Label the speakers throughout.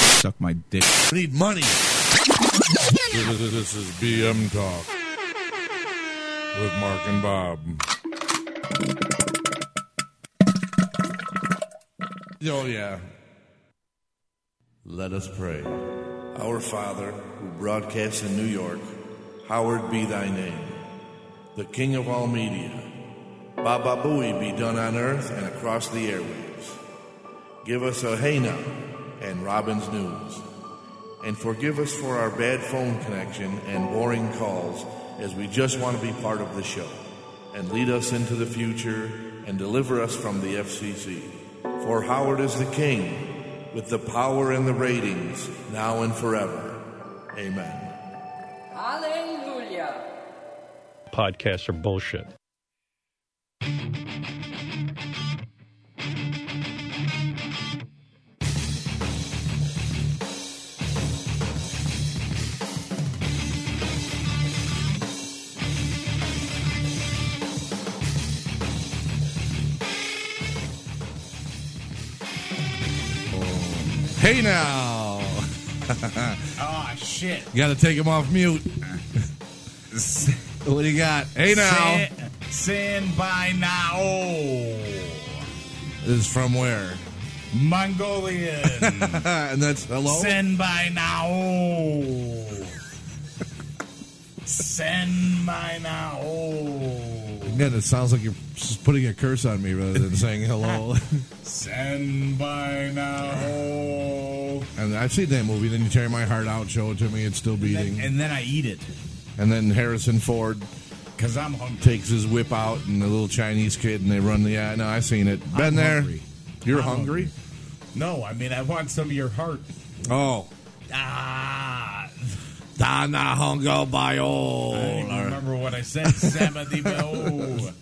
Speaker 1: suck my dick.
Speaker 2: I need money. This is BM Talk with Mark and Bob. Oh, yeah.
Speaker 3: Let us pray. Our Father, who broadcasts in New York, Howard be thy name, the King of all media. Baba Booey be done on earth and across the airwaves. Give us a hey now and Robin's News. And forgive us for our bad phone connection and boring calls as we just want to be part of the show. And lead us into the future and deliver us from the FCC. For Howard is the King with the power and the ratings now and forever. Amen.
Speaker 4: Hallelujah.
Speaker 5: Podcasts are bullshit.
Speaker 2: Hey now.
Speaker 6: Oh shit!
Speaker 2: Got to take him off mute. what do you got? Hey now.
Speaker 6: Sin, sin by now,
Speaker 2: This is from where?
Speaker 6: Mongolian.
Speaker 2: and that's hello.
Speaker 6: sin by now, sin by now.
Speaker 2: Man, it sounds like you're just putting a curse on me rather than saying hello.
Speaker 6: Sin by now.
Speaker 2: and I've seen that movie. Then you tear my heart out, show it to me, it's still beating.
Speaker 6: And then I eat it
Speaker 2: And then Harrison Ford
Speaker 6: because I'm hungry.
Speaker 2: takes his whip out, and the little Chinese kid, and they run the. Yeah, no, I've seen it. Been
Speaker 6: I'm
Speaker 2: there.
Speaker 6: hungry.
Speaker 2: You're
Speaker 6: I'm
Speaker 2: hungry?
Speaker 6: No, I mean I want some of your heart.
Speaker 2: Oh.
Speaker 6: Ah.
Speaker 2: Dana Hongo
Speaker 6: I don't even
Speaker 2: Bayo.
Speaker 6: remember what I said. Samadi Bao.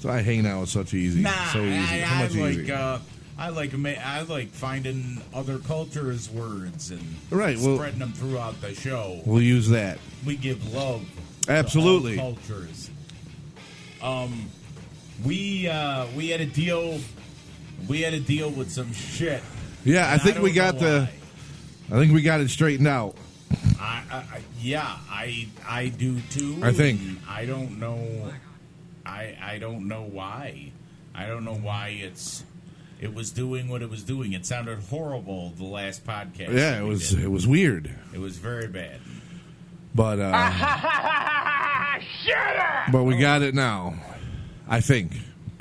Speaker 2: So I hang out with such easy.
Speaker 6: Nah,
Speaker 2: so easy.
Speaker 6: I,
Speaker 2: so
Speaker 6: I
Speaker 2: much
Speaker 6: like
Speaker 2: easier.
Speaker 6: uh, I like ma- I like finding other cultures' words and
Speaker 2: Right, well-
Speaker 6: spreading them throughout the show.
Speaker 2: we'll use that.
Speaker 6: We give love, to
Speaker 2: Absolutely.
Speaker 6: all cultures. Um, we uh, we had a deal, we had a deal with some shit.
Speaker 2: Yeah, I
Speaker 6: and
Speaker 2: think we
Speaker 6: don't know
Speaker 2: got the.
Speaker 6: why.
Speaker 2: I think we got it straightened out.
Speaker 6: I, I, I yeah, I I do too.
Speaker 2: I think.
Speaker 6: and I don't know. I I don't know why. I don't know why it's it was doing what it was doing. It sounded horrible the last podcast.
Speaker 2: Yeah,
Speaker 6: that
Speaker 2: it
Speaker 6: we
Speaker 2: was
Speaker 6: did.
Speaker 2: it was weird,
Speaker 6: It was very bad.
Speaker 2: but uh, but we got it now. I think.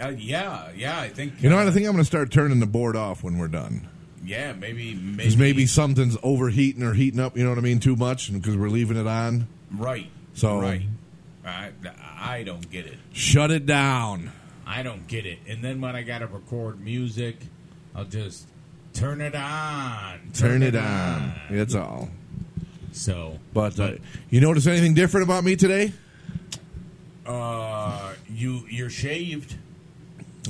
Speaker 6: Uh, yeah, yeah. I think
Speaker 2: You know what? I think I'm going to start turning the board off when we're done.
Speaker 6: Yeah, maybe
Speaker 2: 'Cause
Speaker 6: maybe,
Speaker 2: maybe something's overheating or heating up. You know what I mean? Too much, because we're leaving it on.
Speaker 6: right.
Speaker 2: So-
Speaker 6: right. I I don't get it.
Speaker 2: Shut it down.
Speaker 6: I don't get it. And then when I gotta record music, I'll just turn it on.
Speaker 2: Turn it on. That's all.
Speaker 6: So
Speaker 2: But uh, you notice anything different about me today?
Speaker 6: Uh, you you're shaved.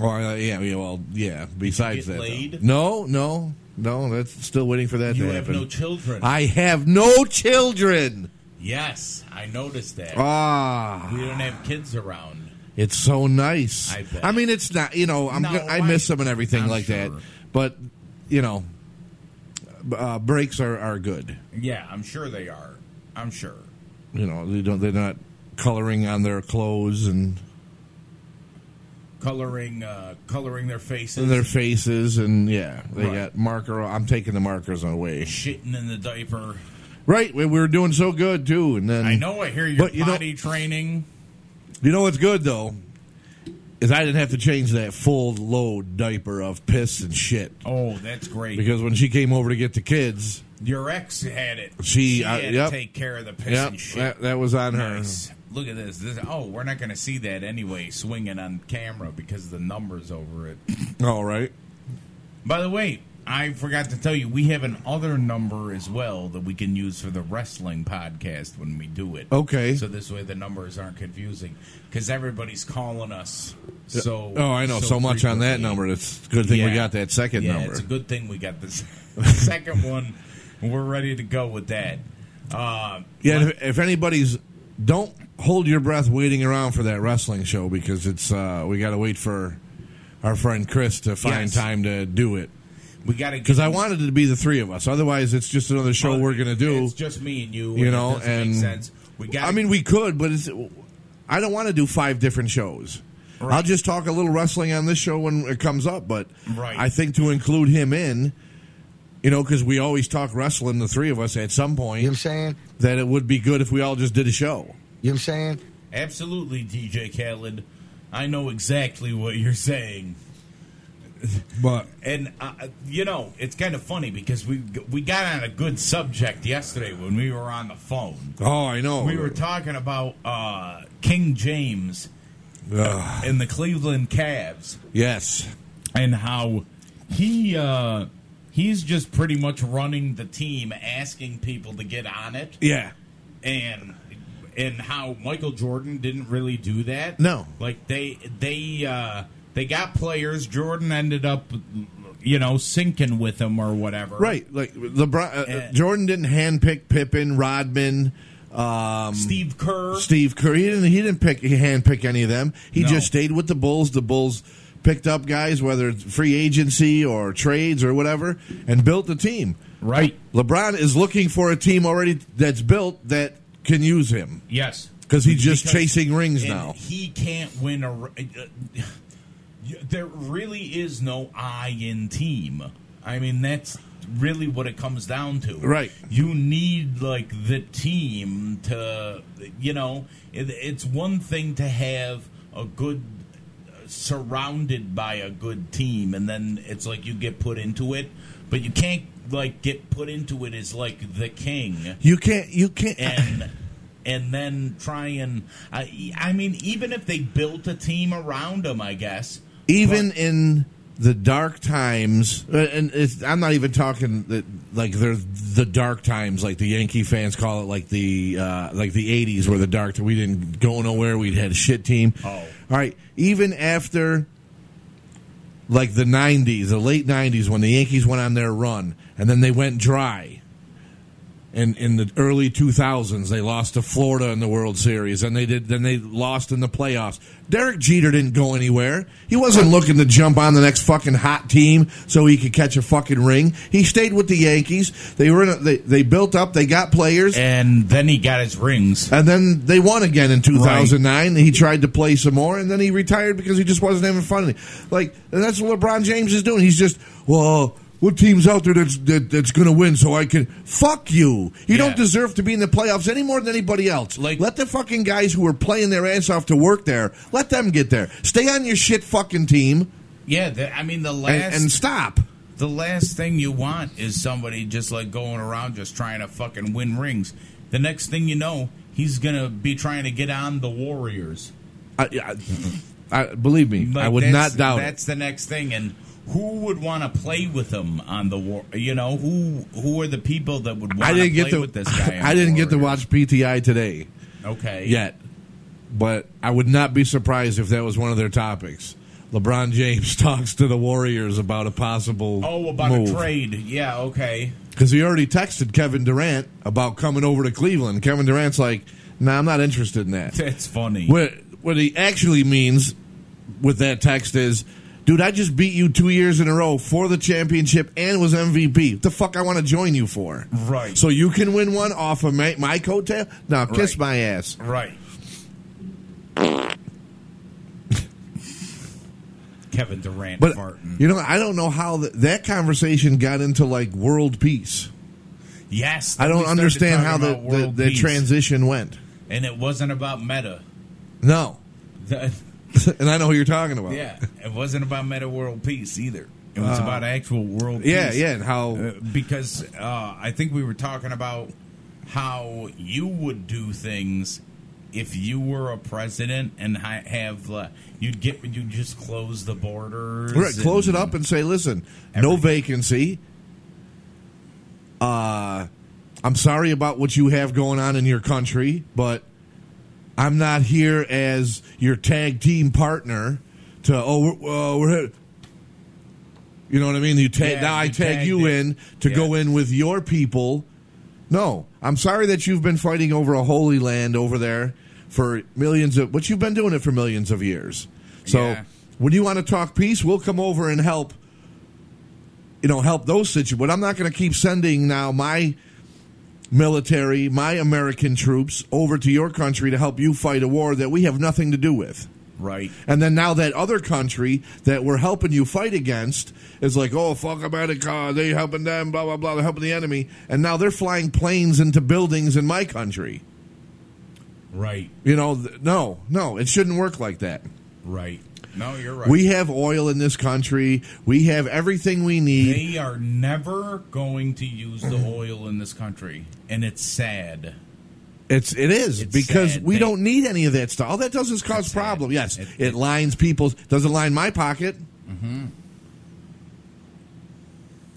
Speaker 2: Or uh, yeah, yeah, well, yeah. Besides that,
Speaker 6: get
Speaker 2: though.
Speaker 6: laid?
Speaker 2: no, no, no. That's still waiting for that
Speaker 6: You
Speaker 2: to
Speaker 6: have
Speaker 2: happen.
Speaker 6: no children.
Speaker 2: I have no children.
Speaker 6: yes, I noticed that.
Speaker 2: Ah,
Speaker 6: we don't have kids around.
Speaker 2: it's so nice.
Speaker 6: I bet.
Speaker 2: mean, it's not. You know, I'm.
Speaker 6: No,
Speaker 2: go- I
Speaker 6: right.
Speaker 2: miss them and everything
Speaker 6: I'm
Speaker 2: like that.
Speaker 6: sure.
Speaker 2: But you know, b- uh, breaks are are good.
Speaker 6: Yeah, I'm sure they are. I'm sure.
Speaker 2: You know, they don't. They're not coloring on their clothes and
Speaker 6: Coloring uh, coloring their faces.
Speaker 2: their faces and yeah, they
Speaker 6: Right.
Speaker 2: got marker. I'm taking the markers away.
Speaker 6: shitting in the
Speaker 2: Mm.
Speaker 6: diaper.
Speaker 2: Right, we we were doing so good too, and then
Speaker 6: I know. I hear your
Speaker 2: But you know-
Speaker 6: potty training.
Speaker 2: You know what's good though is I didn't have to change that full load diaper of piss and shit
Speaker 6: Oh, that's great.
Speaker 2: because when she came over to get the kids,
Speaker 6: your ex had it.
Speaker 2: She, uh,
Speaker 6: had
Speaker 2: yep.
Speaker 6: to take care of the piss
Speaker 2: yep,
Speaker 6: and shit.
Speaker 2: that, that was on her.
Speaker 6: Nice. Look at this. this. Oh, we're not going to see that anyway, swinging on camera because the numbers over it.
Speaker 2: All right,
Speaker 6: By the way, I forgot to tell you, we have an other number as well that we can use for the wrestling podcast when we do it.
Speaker 2: okay.
Speaker 6: So this way the numbers aren't confusing because everybody's calling us. So
Speaker 2: oh, I know so, much on that
Speaker 6: frequently.
Speaker 2: number. It's a good thing we
Speaker 6: Yeah.
Speaker 2: got that second
Speaker 6: yeah,
Speaker 2: number.
Speaker 6: It's a good thing we got this second one. We're ready to go with that. Uh,
Speaker 2: yeah, and if, if anybody's don't hold your breath waiting around for that wrestling show because it's uh, we got to wait for our friend Chris to find
Speaker 6: Yes.
Speaker 2: time to do it.
Speaker 6: We got to
Speaker 2: Because I wanted it to be the three of us. Otherwise, it's just another show we're going to do.
Speaker 6: It's just me and you.
Speaker 2: you
Speaker 6: and it
Speaker 2: know,
Speaker 6: doesn't make
Speaker 2: and
Speaker 6: sense. we got.
Speaker 2: I mean, we could, but it's, I don't want to do five different shows. I'll just talk a little wrestling on this show when it comes up. But
Speaker 6: Right.
Speaker 2: I think to include him in, you know, because we always talk wrestling, the three of us at some point.
Speaker 1: You know what I'm saying?
Speaker 2: That it would be good if we all just did a show.
Speaker 1: You know what I'm saying?
Speaker 6: absolutely, DJ Khaled. I know exactly what you're saying.
Speaker 2: But
Speaker 6: And uh, you know, it's kind of funny because we we got on a good subject yesterday when we were on the phone.
Speaker 2: oh, I know
Speaker 6: We were talking about uh, King James
Speaker 2: Ugh.
Speaker 6: and the Cleveland Cavs
Speaker 2: yes,
Speaker 6: and how he uh, he's just pretty much running the team, asking people to get on it,
Speaker 2: yeah,
Speaker 6: and and how Michael Jordan didn't really do that.
Speaker 2: No.
Speaker 6: like they they uh, they got players. Jordan ended up. You know, sinking with them or whatever.
Speaker 2: right. Like LeBron, uh,
Speaker 6: Yeah.
Speaker 2: Jordan didn't handpick Pippen, Rodman. Um,
Speaker 6: Steve Kerr.
Speaker 2: Steve Kerr. He didn't. He didn't pick. He handpick any of them. He
Speaker 6: No.
Speaker 2: just stayed with the Bulls. The Bulls picked up guys, whether it's free agency or trades or whatever, and built the team.
Speaker 6: Right.
Speaker 2: LeBron is looking for a team already that's built that can use him
Speaker 6: Yes.
Speaker 2: because he's just
Speaker 6: Because-
Speaker 2: chasing rings
Speaker 6: and
Speaker 2: now.
Speaker 6: He can't win a. r- uh, There really is no I in team. I mean, that's really what it comes down to.
Speaker 2: Right.
Speaker 6: You need, like, the team to, you know, it, it's one thing to have a good. Surrounded by a good team, and then it's like you get put into it, but you can't like get put into it as like the king
Speaker 2: You can't. You can't.
Speaker 6: and and then try and I, I mean even if they built a team around him i guess
Speaker 2: even in the dark times, uh, and it's, I'm not even talking that like they're the dark times, like the Yankee fans call it, like the uh, like the '80s were the dark. We didn't go nowhere. We had a shit team.
Speaker 6: Oh.
Speaker 2: all right. Even after like the '90s, the late '90s, when the Yankees went on their run, and then they went dry. And in the early 2000s, they lost to Florida in the World Series, and they did. Then they lost in the playoffs. Derek Jeter didn't go anywhere. He wasn't looking to jump on the next fucking hot team so he could catch a fucking ring. He stayed with the Yankees. They were in a, they they built up. They got players.
Speaker 6: and then he got his rings
Speaker 2: And then they won again in 2009. He tried to play some more, and then he retired because he just wasn't having fun. Like and that's what LeBron James is doing. He's just, well, what team's out there that's that, that's going to win? So I can fuck you. You
Speaker 6: Yeah.
Speaker 2: don't deserve to be in the playoffs any more than anybody else.
Speaker 6: Like-
Speaker 2: let the fucking guys who are playing their ass off to work there, let them get there. Stay on your shit fucking team
Speaker 6: yeah the, i mean the
Speaker 2: and,
Speaker 6: last
Speaker 2: and stop.
Speaker 6: the last thing you want is somebody just like going around just trying to fucking win rings the next thing you know he's gonna be trying to get on the warriors
Speaker 2: I, I, I believe me.
Speaker 6: Like,
Speaker 2: I would
Speaker 6: that's-
Speaker 2: not doubt it.
Speaker 6: that's the next thing and who would want to play with him on the war? You know who? Who are the people that would?
Speaker 2: I
Speaker 6: want
Speaker 2: didn't get
Speaker 6: play
Speaker 2: to.
Speaker 6: with this guy. on
Speaker 2: I
Speaker 6: the
Speaker 2: didn't get to
Speaker 6: Warriors?
Speaker 2: watch PTI today
Speaker 6: Okay.
Speaker 2: yet, but I would not be surprised if that was one of their topics. LeBron James talks to the Warriors about a possible
Speaker 6: Oh, about a trade. Yeah. Okay.
Speaker 2: because he already texted Kevin Durant about coming over to Cleveland. Kevin Durant's like, "No, I'm not interested in that."
Speaker 6: That's funny.
Speaker 2: What what he actually means with that text is, dude, I just beat you two years in a row for the championship and was MVP. What the fuck I want to join you for?
Speaker 6: Right.
Speaker 2: So you can win one off of my, my coattail? Now kiss
Speaker 6: Right.
Speaker 2: my ass.
Speaker 6: Right. Kevin Durant
Speaker 2: But
Speaker 6: farting.
Speaker 2: you know, I don't know how th- that conversation got into like world peace.
Speaker 6: Yes.
Speaker 2: I
Speaker 6: then we
Speaker 2: don't
Speaker 6: started
Speaker 2: understand how
Speaker 6: talking
Speaker 2: the,
Speaker 6: about
Speaker 2: the,
Speaker 6: world
Speaker 2: the
Speaker 6: peace.
Speaker 2: transition went.
Speaker 6: And it wasn't about meta.
Speaker 2: No,
Speaker 6: The-
Speaker 2: and I know who you're talking about.
Speaker 6: yeah. It wasn't about meta world peace either. It was about actual
Speaker 2: Uh-huh.
Speaker 6: world
Speaker 2: yeah,
Speaker 6: peace.
Speaker 2: yeah. And how
Speaker 6: Uh, because uh, I think we were talking about how you would do things if you were a president and ha- have uh, you'd get you'd just close the borders,
Speaker 2: Right, close it
Speaker 6: and-
Speaker 2: up and say, listen, no
Speaker 6: Everything.
Speaker 2: vacancy. Uh, I'm sorry about what you have going on in your country, but I'm not here as your tag team partner. To oh, we're, uh, we're here. you know what I mean. You tag
Speaker 6: Yeah,
Speaker 2: now. I
Speaker 6: you
Speaker 2: tag
Speaker 6: tagged
Speaker 2: you
Speaker 6: it.
Speaker 2: in to go
Speaker 6: Yeah.
Speaker 2: in with your people. No, I'm sorry that you've been fighting over a holy land over there for millions of. But you've been doing it for millions of years. So
Speaker 6: Yeah.
Speaker 2: when you want to talk peace, we'll come over and help you know, help those situations. But I'm not going to keep sending now my military, my American troops over to your country to help you fight a war that we have nothing to do with.
Speaker 6: Right.
Speaker 2: And then now that other country that we're helping you fight against is like, oh fuck about it, God, they helping them, blah blah blah, they're helping the enemy, and now they're flying planes into buildings in my country.
Speaker 6: Right.
Speaker 2: You know, th- no, no, it shouldn't work like that.
Speaker 6: Right. No, you're right.
Speaker 2: We have oil in this country. We have everything we need.
Speaker 6: they are never going to use the oil in this country, and it's sad.
Speaker 2: It's it is
Speaker 6: It's
Speaker 2: because
Speaker 6: sad.
Speaker 2: we
Speaker 6: They-
Speaker 2: don't need any of that stuff. All that does is cause
Speaker 6: It's sad.
Speaker 2: problems. Yes, it,
Speaker 6: It- Mm-hmm.
Speaker 2: lines people's doesn't line my pocket.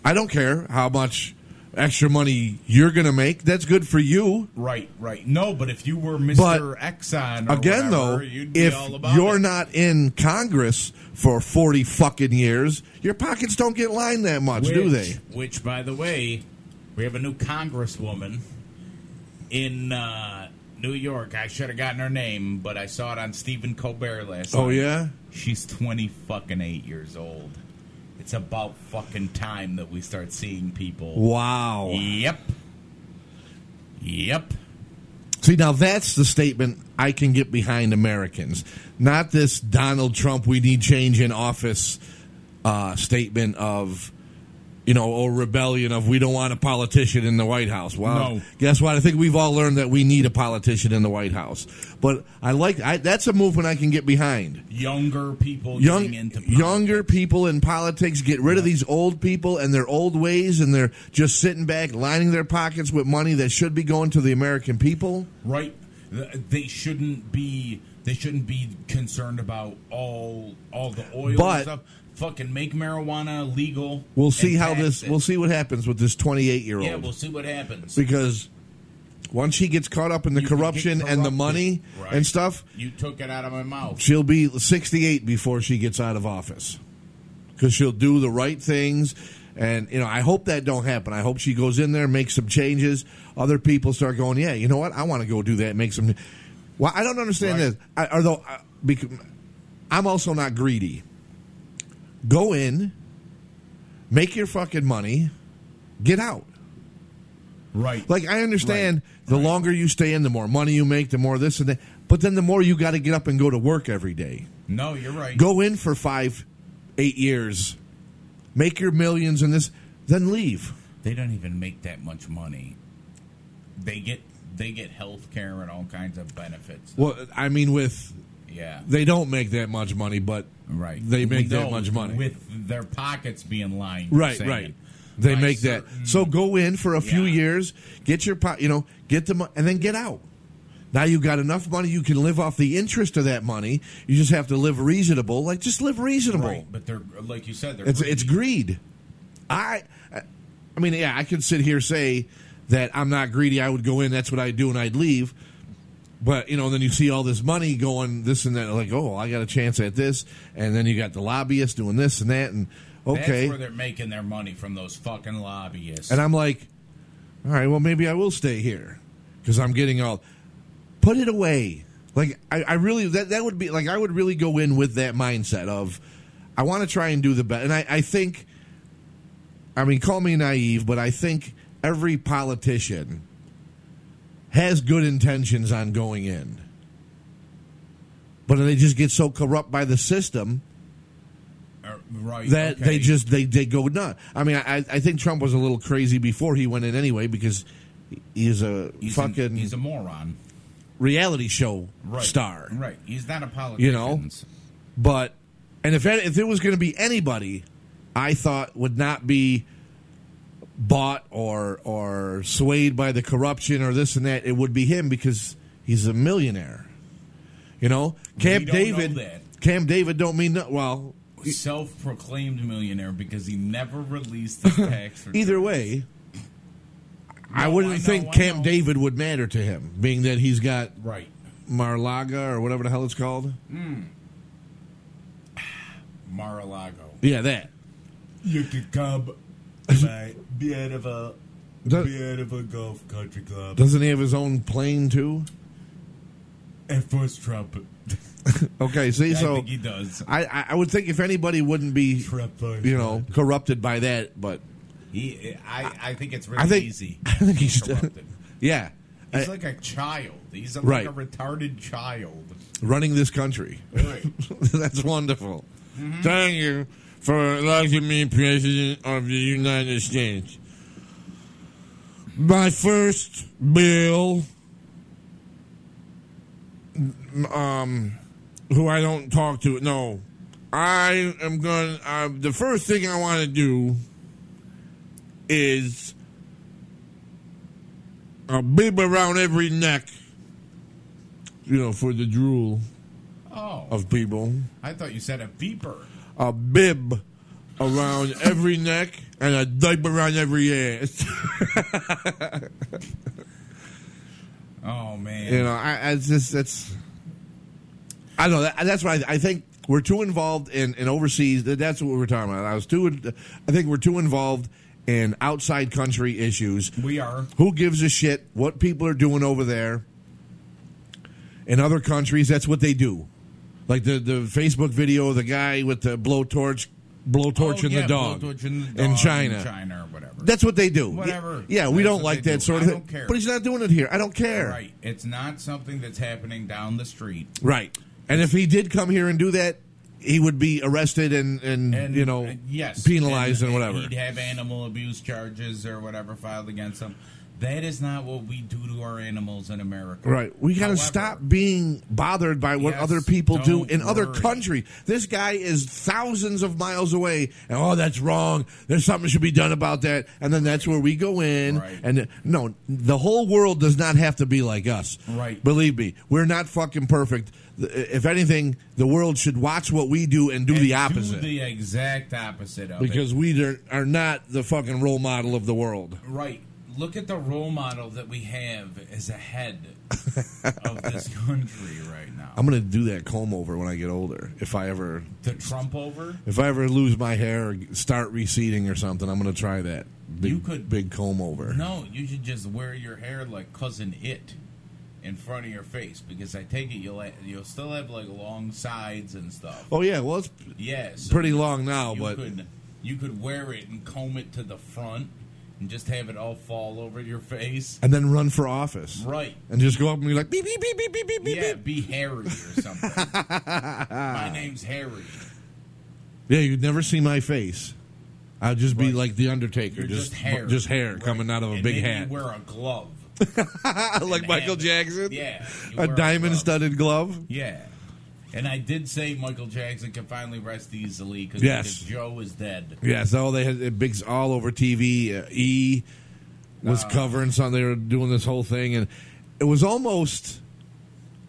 Speaker 2: I don't care how much extra money you're going to make. That's good for you.
Speaker 6: Right, right. No, but if you were
Speaker 2: But,
Speaker 6: Mister Exxon or
Speaker 2: Again,
Speaker 6: whatever,
Speaker 2: though,
Speaker 6: you'd be
Speaker 2: if
Speaker 6: all about
Speaker 2: you're
Speaker 6: it.
Speaker 2: not in Congress for forty fucking years, your pockets don't get lined that much, do they?
Speaker 6: Which, by the way, we have a new congresswoman in uh, New York. I should have gotten her name, but I saw it on Stephen Colbert last.
Speaker 2: Oh
Speaker 6: night.
Speaker 2: yeah.
Speaker 6: she's twenty fucking eight years old. It's about fucking time that we start seeing people.
Speaker 2: Wow.
Speaker 6: Yep. Yep.
Speaker 2: See, now that's the statement I can get behind Americans, not this Donald Trump, we need change in office uh, statement of, you know, or rebellion of we don't want a politician in the White House. Well,
Speaker 6: No.
Speaker 2: guess what? I think we've all learned that we need a politician in the White House. But I like I, that's a movement I can get behind.
Speaker 6: Younger people
Speaker 2: Young,
Speaker 6: getting into politics.
Speaker 2: younger people in politics get rid of these old people and their old ways, and they're just sitting back, lining their pockets with money that should be going to the American people.
Speaker 6: right Th- they shouldn't be they shouldn't be concerned about all all the oil
Speaker 2: But-
Speaker 6: and stuff fucking make marijuana legal
Speaker 2: We'll
Speaker 6: and
Speaker 2: see how
Speaker 6: tax
Speaker 2: this.
Speaker 6: it.
Speaker 2: We'll see what happens with this 28 year
Speaker 6: yeah we'll
Speaker 2: old
Speaker 6: see what happens
Speaker 2: because once she gets caught up in the
Speaker 6: You can get
Speaker 2: corruption and the
Speaker 6: corrupted.
Speaker 2: money
Speaker 6: Right.
Speaker 2: and stuff,
Speaker 6: you took it out of my mouth
Speaker 2: she'll be 68 before she gets out of office because she'll do the right things. And you know, I hope that don't happen. I hope she goes in there, makes some changes. Other people start going, yeah, you know what? I want to go do that. Make some. Well, I don't understand
Speaker 6: Right.
Speaker 2: this. I, although, I, because I'm also not greedy. Go in, make your fucking money, get out.
Speaker 6: right
Speaker 2: Like I understand the longer you stay in, the more money you make, the more this and that. But then the more you got to get up and go to work every day.
Speaker 6: no you're right
Speaker 2: Go in for five, eight years, make your millions and this, then leave.
Speaker 6: they don't even make that much money they get they get health care and all kinds of benefits
Speaker 2: Well, I mean, with
Speaker 6: yeah
Speaker 2: they don't make that much money, but
Speaker 6: right
Speaker 2: they make that
Speaker 6: No,
Speaker 2: much money.
Speaker 6: with their pockets being lined you're
Speaker 2: right,
Speaker 6: saying.
Speaker 2: right. They
Speaker 6: By
Speaker 2: make that.
Speaker 6: certain-
Speaker 2: So go in for a few
Speaker 6: Yeah.
Speaker 2: years, get your pot, you know, get the money, and then get out. Now you got enough money, you can live off the interest of that money. You just have to live reasonable. Like just live reasonable.
Speaker 6: right but they're like you said they're
Speaker 2: It's it's
Speaker 6: greedy.
Speaker 2: greed. I, I mean, yeah, I could sit here say that I'm not greedy. I would go in. That's what I do, and I'd leave. But you know, then you see all this money going this and that. Like, oh, I got a chance at this, and then you got the lobbyists doing this and that, and okay,
Speaker 6: That's where they're making their money from those fucking lobbyists.
Speaker 2: and I'm like, all right, well, maybe I will stay here because I'm getting all. Put it away. Like I, I really that that would be like I would really go in with that mindset of I want to try and do the best, and I, I think. I mean, call me naive, but I think every politician has good intentions on going in. But they just get so corrupt by the system
Speaker 6: Uh, right.
Speaker 2: that
Speaker 6: okay.
Speaker 2: they just they, they go nuts. I mean, I, I think Trump was a little crazy before he went in anyway because he's a
Speaker 6: he's
Speaker 2: fucking
Speaker 6: A, he's a moron.
Speaker 2: reality show
Speaker 6: Right.
Speaker 2: star.
Speaker 6: Right. He's not a politician.
Speaker 2: You know? But and if if it was going to be anybody, I thought would not be bought or or swayed by the corruption or this and that, it would be him because he's a millionaire. You know, Camp
Speaker 6: don't know
Speaker 2: David.
Speaker 6: that.
Speaker 2: Camp David don't mean no, well.
Speaker 6: Self-proclaimed millionaire because he never released his tax. return.
Speaker 2: Either way, I
Speaker 6: No,
Speaker 2: wouldn't
Speaker 6: I know,
Speaker 2: think
Speaker 6: I
Speaker 2: Camp
Speaker 6: know.
Speaker 2: David would matter to him, being that he's got
Speaker 6: Right.
Speaker 2: Marlaga or whatever the hell it's called.
Speaker 6: Mar-a-Lago.
Speaker 2: Yeah, that.
Speaker 6: You could come by beautiful,
Speaker 2: Does-
Speaker 6: beautiful golf country club.
Speaker 2: Doesn't he have his own plane too?
Speaker 6: At first, Trump.
Speaker 2: Okay, see,
Speaker 6: I
Speaker 2: so
Speaker 6: think he does.
Speaker 2: I, I I would think if anybody wouldn't be,
Speaker 6: Trump first.
Speaker 2: you know, corrupted by that, but
Speaker 6: He, I, I think it's really
Speaker 2: I think
Speaker 6: easy.
Speaker 2: I think he's
Speaker 6: corrupted.
Speaker 2: yeah, Uh,
Speaker 6: He's
Speaker 2: I-
Speaker 6: like a child. He's
Speaker 2: Right.
Speaker 6: like a retarded child.
Speaker 2: running this country.
Speaker 6: Right.
Speaker 2: That's wonderful. Thank you for electing me president of the United States. My first bill, um, who I don't talk to. No, I am going. Uh, the first thing I want to do is a bib around every neck, you know, for the drool
Speaker 6: Oh,
Speaker 2: of people.
Speaker 6: I thought you said a beeper.
Speaker 2: a bib around every neck and a diaper around every ass.
Speaker 6: Oh man.
Speaker 2: you know, I, I just that's. I don't know. That, that's why I, I think we're too involved in, in overseas. that- That's what we're talking about. I was too. in- I think we're too involved in outside country issues.
Speaker 6: We are.
Speaker 2: Who gives a shit what people are doing over there? In other countries, that's what they do. Like the, the Facebook video of the guy with the blowtorch, blowtorch
Speaker 6: Oh,
Speaker 2: and
Speaker 6: yeah,
Speaker 2: the dog,
Speaker 6: blowtorch and the dog
Speaker 2: in China.
Speaker 6: in China or whatever.
Speaker 2: That's what they do.
Speaker 6: Whatever.
Speaker 2: Yeah, we
Speaker 6: That's
Speaker 2: don't
Speaker 6: what
Speaker 2: like
Speaker 6: they
Speaker 2: that
Speaker 6: do.
Speaker 2: sort
Speaker 6: I
Speaker 2: of
Speaker 6: don't
Speaker 2: thing.
Speaker 6: care.
Speaker 2: But he's not doing it here. I don't care.
Speaker 6: right. It's not something that's happening down the street.
Speaker 2: Right. And if he did come here and do that, he would be arrested and, and,
Speaker 6: And
Speaker 2: you know,
Speaker 6: uh, yes, uh,
Speaker 2: penalized and, whatever.
Speaker 6: He'd have animal abuse charges or whatever filed against him. That is not what we do to our animals in America.
Speaker 2: Right. We got to
Speaker 6: However,
Speaker 2: stop being bothered by what
Speaker 6: Yes,
Speaker 2: other people do
Speaker 6: don't
Speaker 2: in other
Speaker 6: worry.
Speaker 2: countries. This guy is thousands of miles away, and oh, that's wrong. There's something should be done about that. And then that's where we go in.
Speaker 6: Right.
Speaker 2: And no, the whole world does not have to be like us.
Speaker 6: Right.
Speaker 2: Believe me, we're not fucking perfect. The- If anything, the world should watch what we do and do
Speaker 6: and
Speaker 2: the opposite.
Speaker 6: Do the exact opposite of it.
Speaker 2: because we are- are not the fucking role model of the world.
Speaker 6: Right. Look at the role model that we have as a head of this country right now.
Speaker 2: I'm going to do that comb over when I get older, if I ever
Speaker 6: the Trump over.
Speaker 2: If I ever lose my hair or start receding or something, I'm going to try that. Big,
Speaker 6: You could-
Speaker 2: big comb over.
Speaker 6: No, you should just wear your hair like cousin it in front of your face because I take it you'll ha- you'll still have like long sides and stuff.
Speaker 2: Oh yeah, well it's
Speaker 6: Yeah, so
Speaker 2: pretty long now,
Speaker 6: you
Speaker 2: but
Speaker 6: could you could wear it and comb it to the front and just have it all fall over your face.
Speaker 2: and then run for office
Speaker 6: Right.
Speaker 2: and just go up and be like beep beep beep beep beep beep beep.
Speaker 6: Yeah,
Speaker 2: beep.
Speaker 6: be Harry or something. My name's Harry.
Speaker 2: Yeah, you'd never see my face. I'd just be
Speaker 6: Right.
Speaker 2: like the Undertaker,
Speaker 6: You're just,
Speaker 2: just
Speaker 6: hair,
Speaker 2: just hair
Speaker 6: Right.
Speaker 2: coming out of a
Speaker 6: And
Speaker 2: big
Speaker 6: maybe
Speaker 2: hat,
Speaker 6: You wear a glove,
Speaker 2: like
Speaker 6: and
Speaker 2: Michael
Speaker 6: have-
Speaker 2: Jackson.
Speaker 6: yeah, you
Speaker 2: a
Speaker 6: wear
Speaker 2: diamond-studded glove.
Speaker 6: glove. Yeah, and I did say Michael Jackson can finally rest easily because
Speaker 2: Yes.
Speaker 6: Joe is dead.
Speaker 2: Yeah, so they had it bigs all over TV. Uh, e
Speaker 6: Uh.
Speaker 2: was covering something. They were doing this whole thing, and it was almost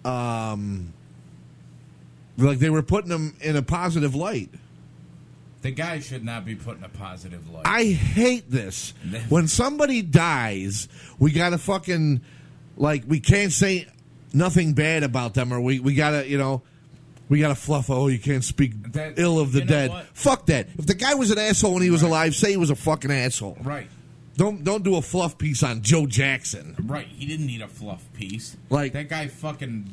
Speaker 2: um, like they were putting him in a positive light.
Speaker 6: The guy should not be put in a positive light.
Speaker 2: I hate this. when somebody dies, we gotta fucking like we can't say nothing bad about them, or we we gotta you know. We got to fluff. Oh, you can't speak
Speaker 6: That-
Speaker 2: ill of the
Speaker 6: you know
Speaker 2: dead.
Speaker 6: what?
Speaker 2: Fuck that. If the guy was an asshole when he was
Speaker 6: Right.
Speaker 2: alive, say he was a fucking asshole.
Speaker 6: right,
Speaker 2: Don't don't do a fluff piece on Joe Jackson.
Speaker 6: right. He didn't need a fluff piece.
Speaker 2: Like-
Speaker 6: that guy fucking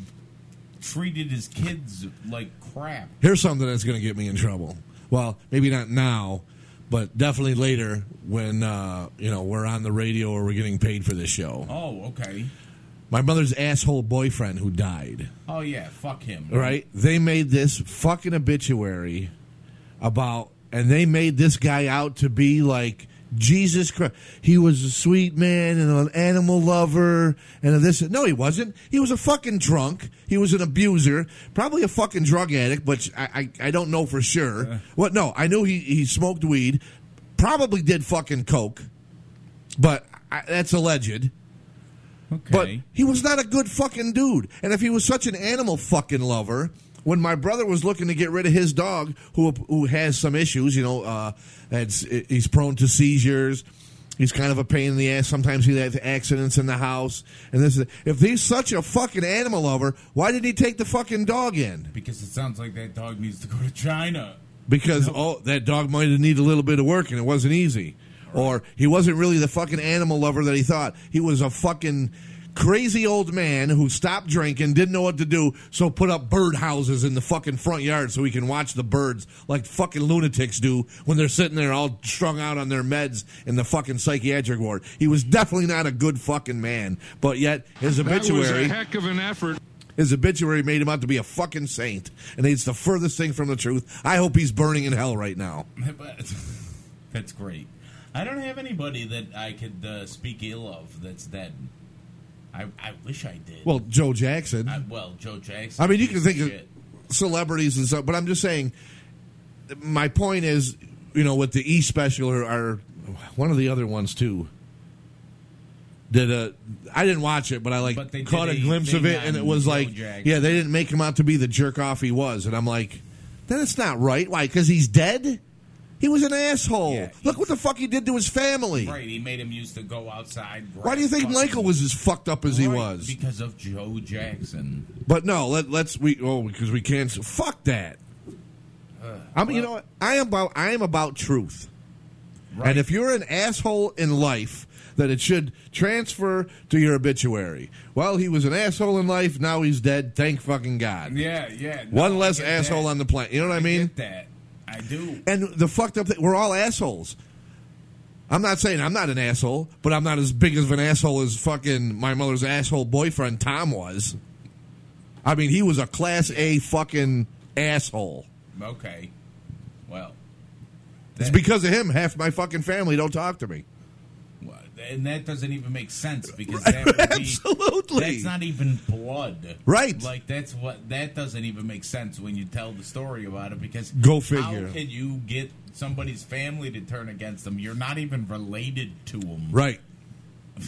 Speaker 6: treated his kids like crap.
Speaker 2: Here's something that's going to get me in trouble. Well, maybe not now, but definitely later when uh, you know we're on the radio or we're getting paid for this show.
Speaker 6: Oh, okay.
Speaker 2: My mother's asshole boyfriend who died.
Speaker 6: Oh yeah, fuck him.
Speaker 2: Right? They made this fucking obituary about, and they made this guy out to be like. Jesus Christ, he was a sweet man and an animal lover and this. No, he wasn't. He was a fucking drunk. He was an abuser, probably a fucking drug addict, which I I, I don't know for sure. What? No, I knew he he smoked weed, probably did fucking coke, but I, that's alleged. But
Speaker 6: Okay.
Speaker 2: he was not a good fucking dude. And if he was such an animal fucking lover, when my brother was looking to get rid of his dog, who who has some issues, you know, uh, that's he's prone to seizures. He's kind of a pain in the ass. Sometimes he has accidents in the house, and this. Is, if he's such a fucking animal lover, why did he take the fucking dog in?
Speaker 6: because it sounds like that dog needs to go to China.
Speaker 2: Because oh, that dog might have needed a little bit of work, and it wasn't easy. Or he wasn't really the fucking animal lover that he thought. He was a fucking crazy old man who stopped drinking, didn't know what to do, so put up bird houses in the fucking front yard so he can watch the birds like fucking lunatics do when they're sitting there all strung out on their meds in the fucking psychiatric ward. He was definitely not a good fucking man, but yet his
Speaker 1: That was a
Speaker 2: obituary
Speaker 1: heck of an effort.
Speaker 2: his obituary made him out to be a fucking saint, and it's the furthest thing from the truth. I hope he's burning in hell right now.
Speaker 6: But- that's great. I don't have anybody that I could uh, speak ill of that's dead. I, I wish I did.
Speaker 2: Well, Joe Jackson.
Speaker 6: I, well, Joe Jackson.
Speaker 2: I mean, you can
Speaker 6: piece of
Speaker 2: think of
Speaker 6: shit.
Speaker 2: celebrities and stuff, but I'm just saying. My point is, you know, with the E special or, or one of the other ones too. Did a I didn't watch it, but I like
Speaker 6: But they
Speaker 2: caught a
Speaker 6: did a
Speaker 2: glimpse of
Speaker 6: thing
Speaker 2: it, and it
Speaker 6: on
Speaker 2: was
Speaker 6: Joe
Speaker 2: like,
Speaker 6: Jackson.
Speaker 2: yeah, they didn't make him out to be the jerk off he was, and I'm like, then it's not right. Why? Because he's dead. He was an asshole.
Speaker 6: Yeah,
Speaker 2: Look what the fuck he did to his family.
Speaker 6: Right, he made him used to go outside.
Speaker 2: Why do you think Michael was as fucked up as he was?
Speaker 6: Because of Joe Jackson.
Speaker 2: But no, let, let's we oh because we can't. Fuck that.
Speaker 6: Uh,
Speaker 2: I mean, you know, what? I am about I am about truth.
Speaker 6: Right.
Speaker 2: And if you're an asshole in life, then it should transfer to your obituary. Well, he was an asshole in life. Now he's dead. Thank fucking God.
Speaker 6: yeah, yeah. no,
Speaker 2: One
Speaker 6: I
Speaker 2: less
Speaker 6: get
Speaker 2: asshole
Speaker 6: that.
Speaker 2: on the planet. You know what I, mean?
Speaker 6: get that. I do.
Speaker 2: And the fucked up thing, we're all assholes. I'm not saying I'm not an asshole, but I'm not as big of an asshole as fucking my mother's asshole boyfriend Tom was. I mean, he was a class A fucking asshole.
Speaker 6: Okay. Well,
Speaker 2: It's because of him half my fucking family don't talk to me.
Speaker 6: well, and that doesn't even make sense because that would be,
Speaker 2: Absolutely.
Speaker 6: That's not even blood.
Speaker 2: Right.
Speaker 6: Like that's what that doesn't even make sense when you tell the story about it because
Speaker 2: Go figure.
Speaker 6: How can you get somebody's family to turn against them? You're not even related to them.
Speaker 2: Right.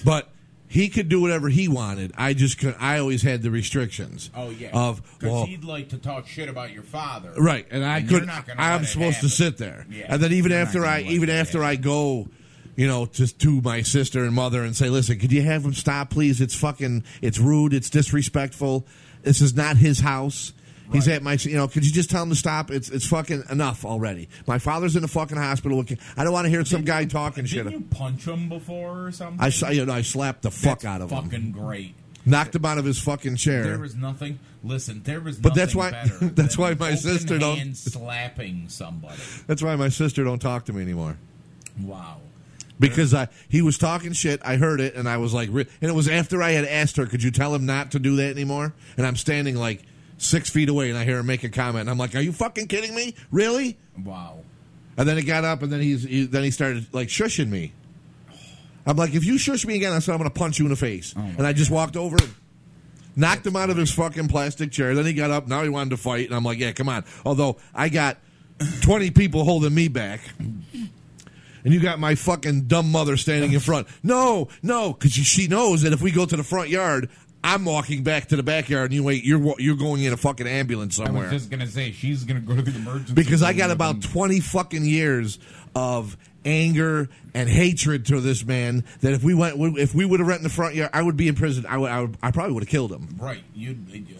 Speaker 2: But he could do whatever he wanted. I just could I always had the restrictions.
Speaker 6: Oh yeah.
Speaker 2: Of
Speaker 6: because
Speaker 2: well,
Speaker 6: he'd like to talk shit about your father.
Speaker 2: Right, and I
Speaker 6: And you're
Speaker 2: could.
Speaker 6: not gonna let
Speaker 2: I'm
Speaker 6: it
Speaker 2: supposed to
Speaker 6: happen.
Speaker 2: sit there,
Speaker 6: Yeah,
Speaker 2: and then even
Speaker 6: you're not
Speaker 2: after
Speaker 6: gonna
Speaker 2: I,
Speaker 6: let
Speaker 2: even
Speaker 6: that
Speaker 2: after I
Speaker 6: happen.
Speaker 2: go, you know, to to my sister and mother and say, "Listen, could you have him stop, please? It's fucking, it's rude, it's disrespectful. This is not his house." He's
Speaker 6: Right.
Speaker 2: at my, you know. Could you just tell him to stop? It's it's fucking enough already. My father's in the fucking hospital. I don't want to hear some guy talking shit.
Speaker 6: Didn't you punch him before or something?
Speaker 2: I saw, you know, I slapped the fuck
Speaker 6: That's
Speaker 2: out of
Speaker 6: fucking
Speaker 2: him,
Speaker 6: great.
Speaker 2: knocked him out of his fucking chair.
Speaker 6: There was nothing. Listen, there was.
Speaker 2: But that's
Speaker 6: nothing
Speaker 2: why-
Speaker 6: better
Speaker 2: that's
Speaker 6: than
Speaker 2: why my
Speaker 6: open
Speaker 2: sister don't-
Speaker 6: hand slapping somebody.
Speaker 2: That's why my sister don't talk to me anymore.
Speaker 6: Wow.
Speaker 2: because I he was talking shit. I heard it, and I was like, re- and it was after I had asked her, "Could you tell him not to do that anymore?" And I'm standing like six feet away, and I hear her make a comment, and I'm like, "Are you fucking kidding me? Really?"
Speaker 6: Wow.
Speaker 2: And then he got up, and then he's he, then he started like shushing me. I'm like, "If you shush me again," I said, "I'm gonna punch you in the face."
Speaker 6: Oh,
Speaker 2: and I just walked over. and Knocked him out of his fucking plastic chair. Then he got up. Now he wanted to fight, and I'm like, "Yeah, come on." Although I got 20 people holding me back, and you got my fucking dumb mother standing in front. No, no, because she knows that if we go to the front yard, I'm walking back to the backyard, and you wait. You're wa- you're going in a fucking ambulance
Speaker 6: I was
Speaker 2: somewhere
Speaker 6: just gonna say she's gonna go to the emergency
Speaker 2: because I got
Speaker 6: room
Speaker 2: about
Speaker 6: and-
Speaker 2: 20 fucking years of anger and hatred to this man that if we went if we would have rent in the front yard I would be in prison I would I, would, I probably would have killed him
Speaker 6: right. You'd, uh, you-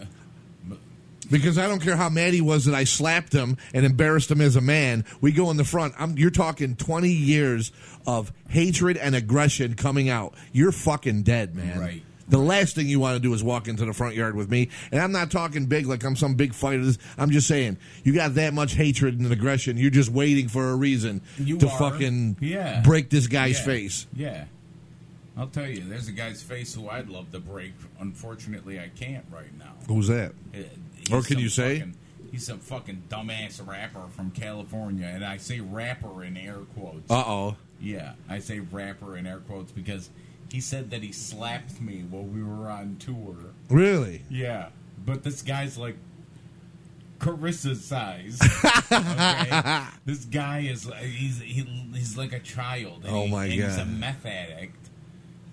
Speaker 2: because I don't care how mad he was that I slapped him and embarrassed him as a man we go in the front I'm you're talking 20 years of hatred and aggression coming out you're fucking dead man
Speaker 6: Right.
Speaker 2: the last thing you want to do is walk into the front yard with me. And I'm not talking big like I'm some big fighter. This- I'm just saying, you got that much hatred and aggression. You're just waiting for a reason
Speaker 6: You
Speaker 2: to
Speaker 6: are.
Speaker 2: fucking
Speaker 6: Yeah.
Speaker 2: break this guy's
Speaker 6: yeah,
Speaker 2: face.
Speaker 6: Yeah. I'll tell you, there's a guy's face who I'd love to break. Unfortunately, I can't right now.
Speaker 2: Who's that?
Speaker 6: Uh, he's
Speaker 2: Or can
Speaker 6: some
Speaker 2: you say?
Speaker 6: fucking- he's some fucking dumbass rapper from California, and I say rapper in air quotes.
Speaker 2: Uh oh.
Speaker 6: Yeah, I say rapper in air quotes because he said that he slapped me while we were on tour.
Speaker 2: Really?
Speaker 6: Yeah, but this guy's like Carissa's size. okay? This guy is he's he, he's like a child. and
Speaker 2: Oh,
Speaker 6: he-
Speaker 2: my
Speaker 6: and He's a
Speaker 2: God.
Speaker 6: meth addict,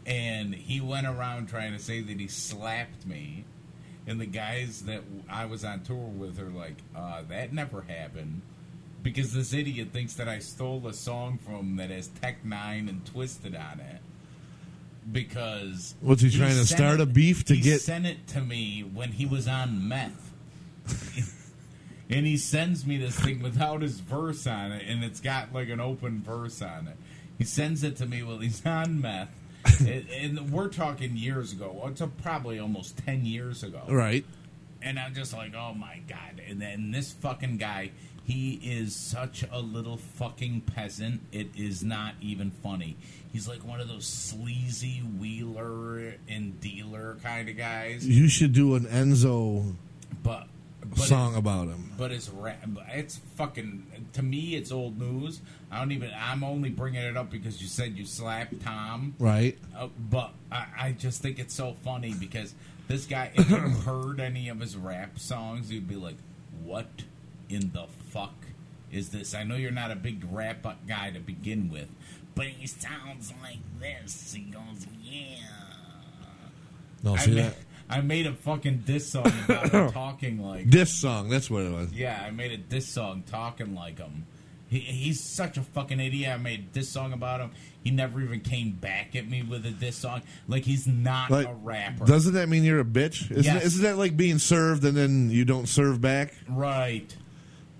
Speaker 6: and he went around trying to say that he slapped me. And the guys that I was on tour with are like, uh, that never happened. Because this idiot thinks that I stole a song from him that has Tech Nine and Twisted on it because
Speaker 2: What's he trying to
Speaker 6: sent
Speaker 2: start
Speaker 6: it-
Speaker 2: a beef to
Speaker 6: he
Speaker 2: get-
Speaker 6: Sent it to me when he was on meth, and he sends me this thing without his verse on it, and it's got like an open verse on it. He sends it to me while he's on meth, and, and we're talking years ago. It's a, probably almost ten years ago.
Speaker 2: Right.
Speaker 6: And I'm just like, oh my god. And then this fucking guy, he is such a little fucking peasant. It is not even funny. He's like one of those sleazy wheeler and dealer kind of guys.
Speaker 2: You should do an Enzo
Speaker 6: But but
Speaker 2: song about him.
Speaker 6: but it's ra- but it's fucking to me it's old news. I don't even. I'm only bringing it up because you said you slapped Tom,
Speaker 2: Right.
Speaker 6: uh, but I, I just think it's so funny because this guy. If you heard any of his rap songs, you'd be like, "What in the fuck is this?" I know you're not a big rap guy to begin with, but he sounds like this. He goes, "Yeah."
Speaker 2: No,
Speaker 6: I
Speaker 2: Oh, see
Speaker 6: ma-
Speaker 2: that?
Speaker 6: I made a fucking diss song about him talking like
Speaker 2: This song. That's what it was.
Speaker 6: yeah, I made a diss song talking like him. He, he's such a fucking idiot. I made a diss song about him. He never even came back at me with a diss song. Like he's not
Speaker 2: Like,
Speaker 6: a rapper.
Speaker 2: doesn't that mean you're a bitch? Isn't,
Speaker 6: Yes.
Speaker 2: isn't that like being served and then you don't serve back?
Speaker 6: right.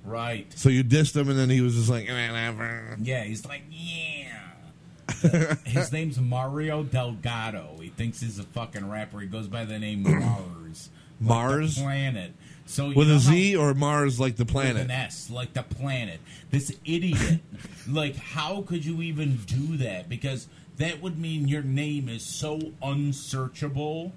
Speaker 6: Right.
Speaker 2: So you dissed him and then he was just like, whatever.
Speaker 6: Yeah, he's like, yeah. His name's Mario Delgado. He thinks he's a fucking rapper. He goes by the name Mars.
Speaker 2: Mars?
Speaker 6: Planet. So you
Speaker 2: With
Speaker 6: know
Speaker 2: a
Speaker 6: how-
Speaker 2: Z or Mars like the
Speaker 6: with an
Speaker 2: planet?
Speaker 6: S, like the planet. This idiot. like, how could you even do that? Because that would mean your name is so unsearchable.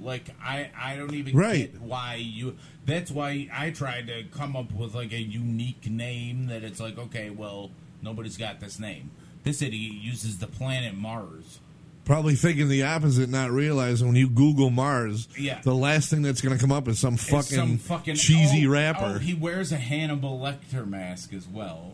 Speaker 6: Like, I, I don't even
Speaker 2: Right.
Speaker 6: get why you. That's why I tried to come up with like a unique name that it's like, okay, well, nobody's got this name. This idiot uses the planet Mars.
Speaker 2: Probably thinking the opposite, not realizing when you Google Mars,
Speaker 6: Yeah.
Speaker 2: the last thing that's going to come up is some fucking,
Speaker 6: It's some fucking
Speaker 2: cheesy
Speaker 6: oh,
Speaker 2: rapper.
Speaker 6: Oh, he wears a Hannibal Lecter mask as well.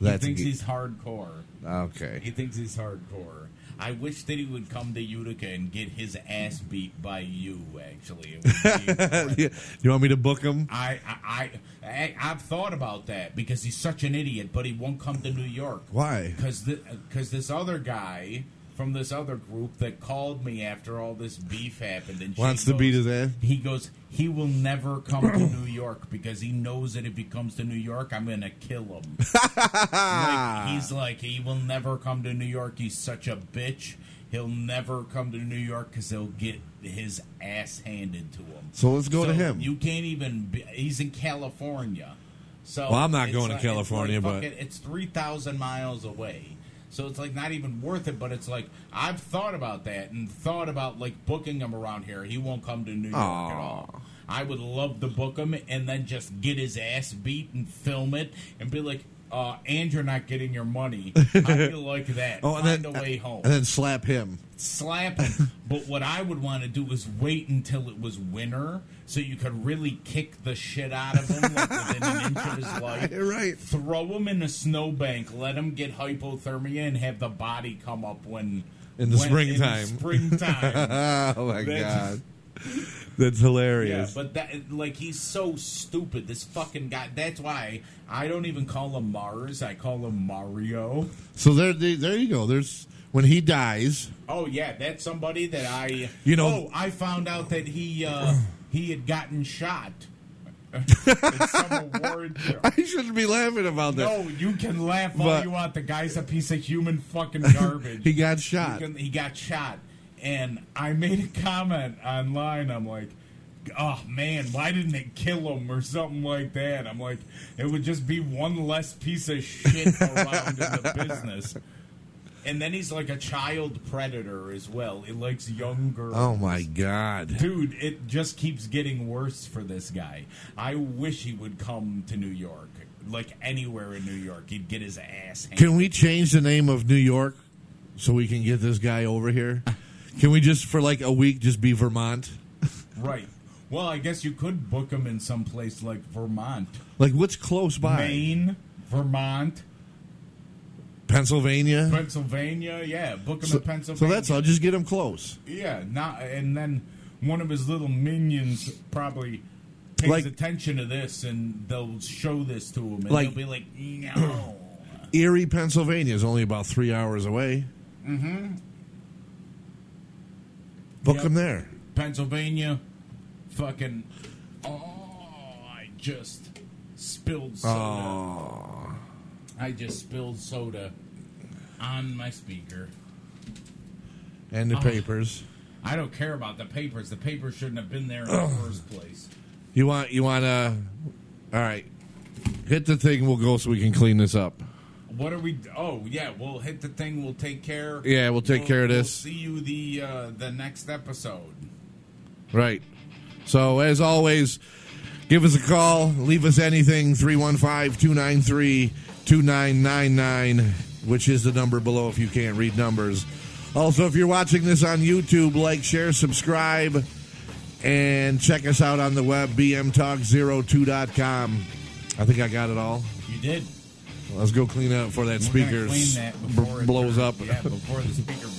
Speaker 2: that's
Speaker 6: he thinks
Speaker 2: ge-
Speaker 6: he's hardcore. He
Speaker 2: okay.
Speaker 6: thinks he's hardcore. I wish that he would come to Utica and get his ass beat by you. Actually, It would be incredible.
Speaker 2: Yeah. You want me to book him?
Speaker 6: I, I, I, I, I've thought about that because he's such an idiot, but he won't come to New York.
Speaker 2: Why?
Speaker 6: Because because this other guy from this other group that called me after all this beef happened and she
Speaker 2: Wants to
Speaker 6: goes-
Speaker 2: beat his ass?
Speaker 6: He goes, he will never come to New York because he knows that if he comes to New York, I'm gonna kill him. like, he's like, he will never come to New York. He's such a bitch. He'll never come to New York because he'll get his ass handed to him.
Speaker 2: So let's go to him.
Speaker 6: You can't even. Be, he's in California, so
Speaker 2: Well, I'm not
Speaker 6: it's
Speaker 2: going to
Speaker 6: like- it's like
Speaker 2: California, but-
Speaker 6: fucking- it's three thousand miles away. So it's like not even worth it. But it's like I've thought about that and thought about like booking him around here. He won't come to New York at all. I would love to book him and then just get his ass beat and film it and be like, uh, "And you're not getting your money." I feel like that.
Speaker 2: Oh, and
Speaker 6: Find
Speaker 2: then,
Speaker 6: a way home
Speaker 2: and then slap him.
Speaker 6: slap him. but what I would want to do is wait until it was winter, so you could really kick the shit out of him like within an inch of his life.
Speaker 2: You're right.
Speaker 6: Throw him in a snowbank, let him get hypothermia, and have the body come up when
Speaker 2: In the
Speaker 6: when-
Speaker 2: springtime.
Speaker 6: springtime.
Speaker 2: Oh my
Speaker 6: That's-
Speaker 2: god, that's
Speaker 6: yeah,
Speaker 2: hilarious.
Speaker 6: but that like he's so stupid. This fucking guy. That's why I don't even call him Mars. I call him Mario.
Speaker 2: so there, there, there you go. There's when he dies.
Speaker 6: Oh yeah, that's somebody that I
Speaker 2: You know-
Speaker 6: Oh, I found out that he uh, he had gotten shot. at some award show.
Speaker 2: I shouldn't be laughing about that.
Speaker 6: No, you can laugh all
Speaker 2: But-
Speaker 6: you want. The guy's a piece of human fucking garbage.
Speaker 2: He got shot.
Speaker 6: He, can- he got shot, and I made a comment online. I'm like. Oh man, why didn't it kill him or something like that? I'm like, it would just be one less piece of shit around in the business. And then he's like a child predator as well. He likes young girls.
Speaker 2: Oh my god.
Speaker 6: Dude, it just keeps getting worse for this guy. I wish he would come to New York. Like anywhere in New York, he'd get his ass handed.
Speaker 2: Can we change the name of New York so we can get this guy over here? Can we just for like a week just be Vermont?
Speaker 6: Right. Well, I guess you could book him in some place like Vermont,
Speaker 2: Like what's close by?
Speaker 6: Maine, Vermont,
Speaker 2: Pennsylvania.
Speaker 6: Pennsylvania. Yeah, book him
Speaker 2: So,
Speaker 6: in Pennsylvania.
Speaker 2: so that's all. Just get him close.
Speaker 6: Yeah, not and then one of his little minions probably pays
Speaker 2: Like-
Speaker 6: attention to this and they'll show this to him and
Speaker 2: Like-
Speaker 6: he'll be like, "No."
Speaker 2: Erie, Pennsylvania is only about three hours away. Mm-hmm. Book
Speaker 6: Yep.
Speaker 2: him there.
Speaker 6: Pennsylvania, fucking. Oh, I just spilled soda. I just spilled soda on my speaker.
Speaker 2: and the papers.
Speaker 6: I don't care about the papers. The papers shouldn't have been there in the first place.
Speaker 2: You want you want to? All right, hit the thing. We'll go so we can clean this up.
Speaker 6: What are we? Oh yeah, we'll hit the thing. We'll take care.
Speaker 2: Yeah, we'll take care of
Speaker 6: we'll
Speaker 2: this.
Speaker 6: see you the uh, the next episode.
Speaker 2: Right. So, as always, give us a call, leave us anything, 315 293 2999, which is the number below if you can't read numbers. Also, if you're watching this on YouTube, like, share, subscribe, and check us out on the web, bmtalk02.com. I think I got it all.
Speaker 6: You did.
Speaker 2: Let's go clean it up before that
Speaker 6: We're
Speaker 2: speaker
Speaker 6: gonna clean
Speaker 2: s-
Speaker 6: that
Speaker 2: b-
Speaker 6: before it
Speaker 2: blows
Speaker 6: turns-
Speaker 2: up.
Speaker 6: Yeah, before the speaker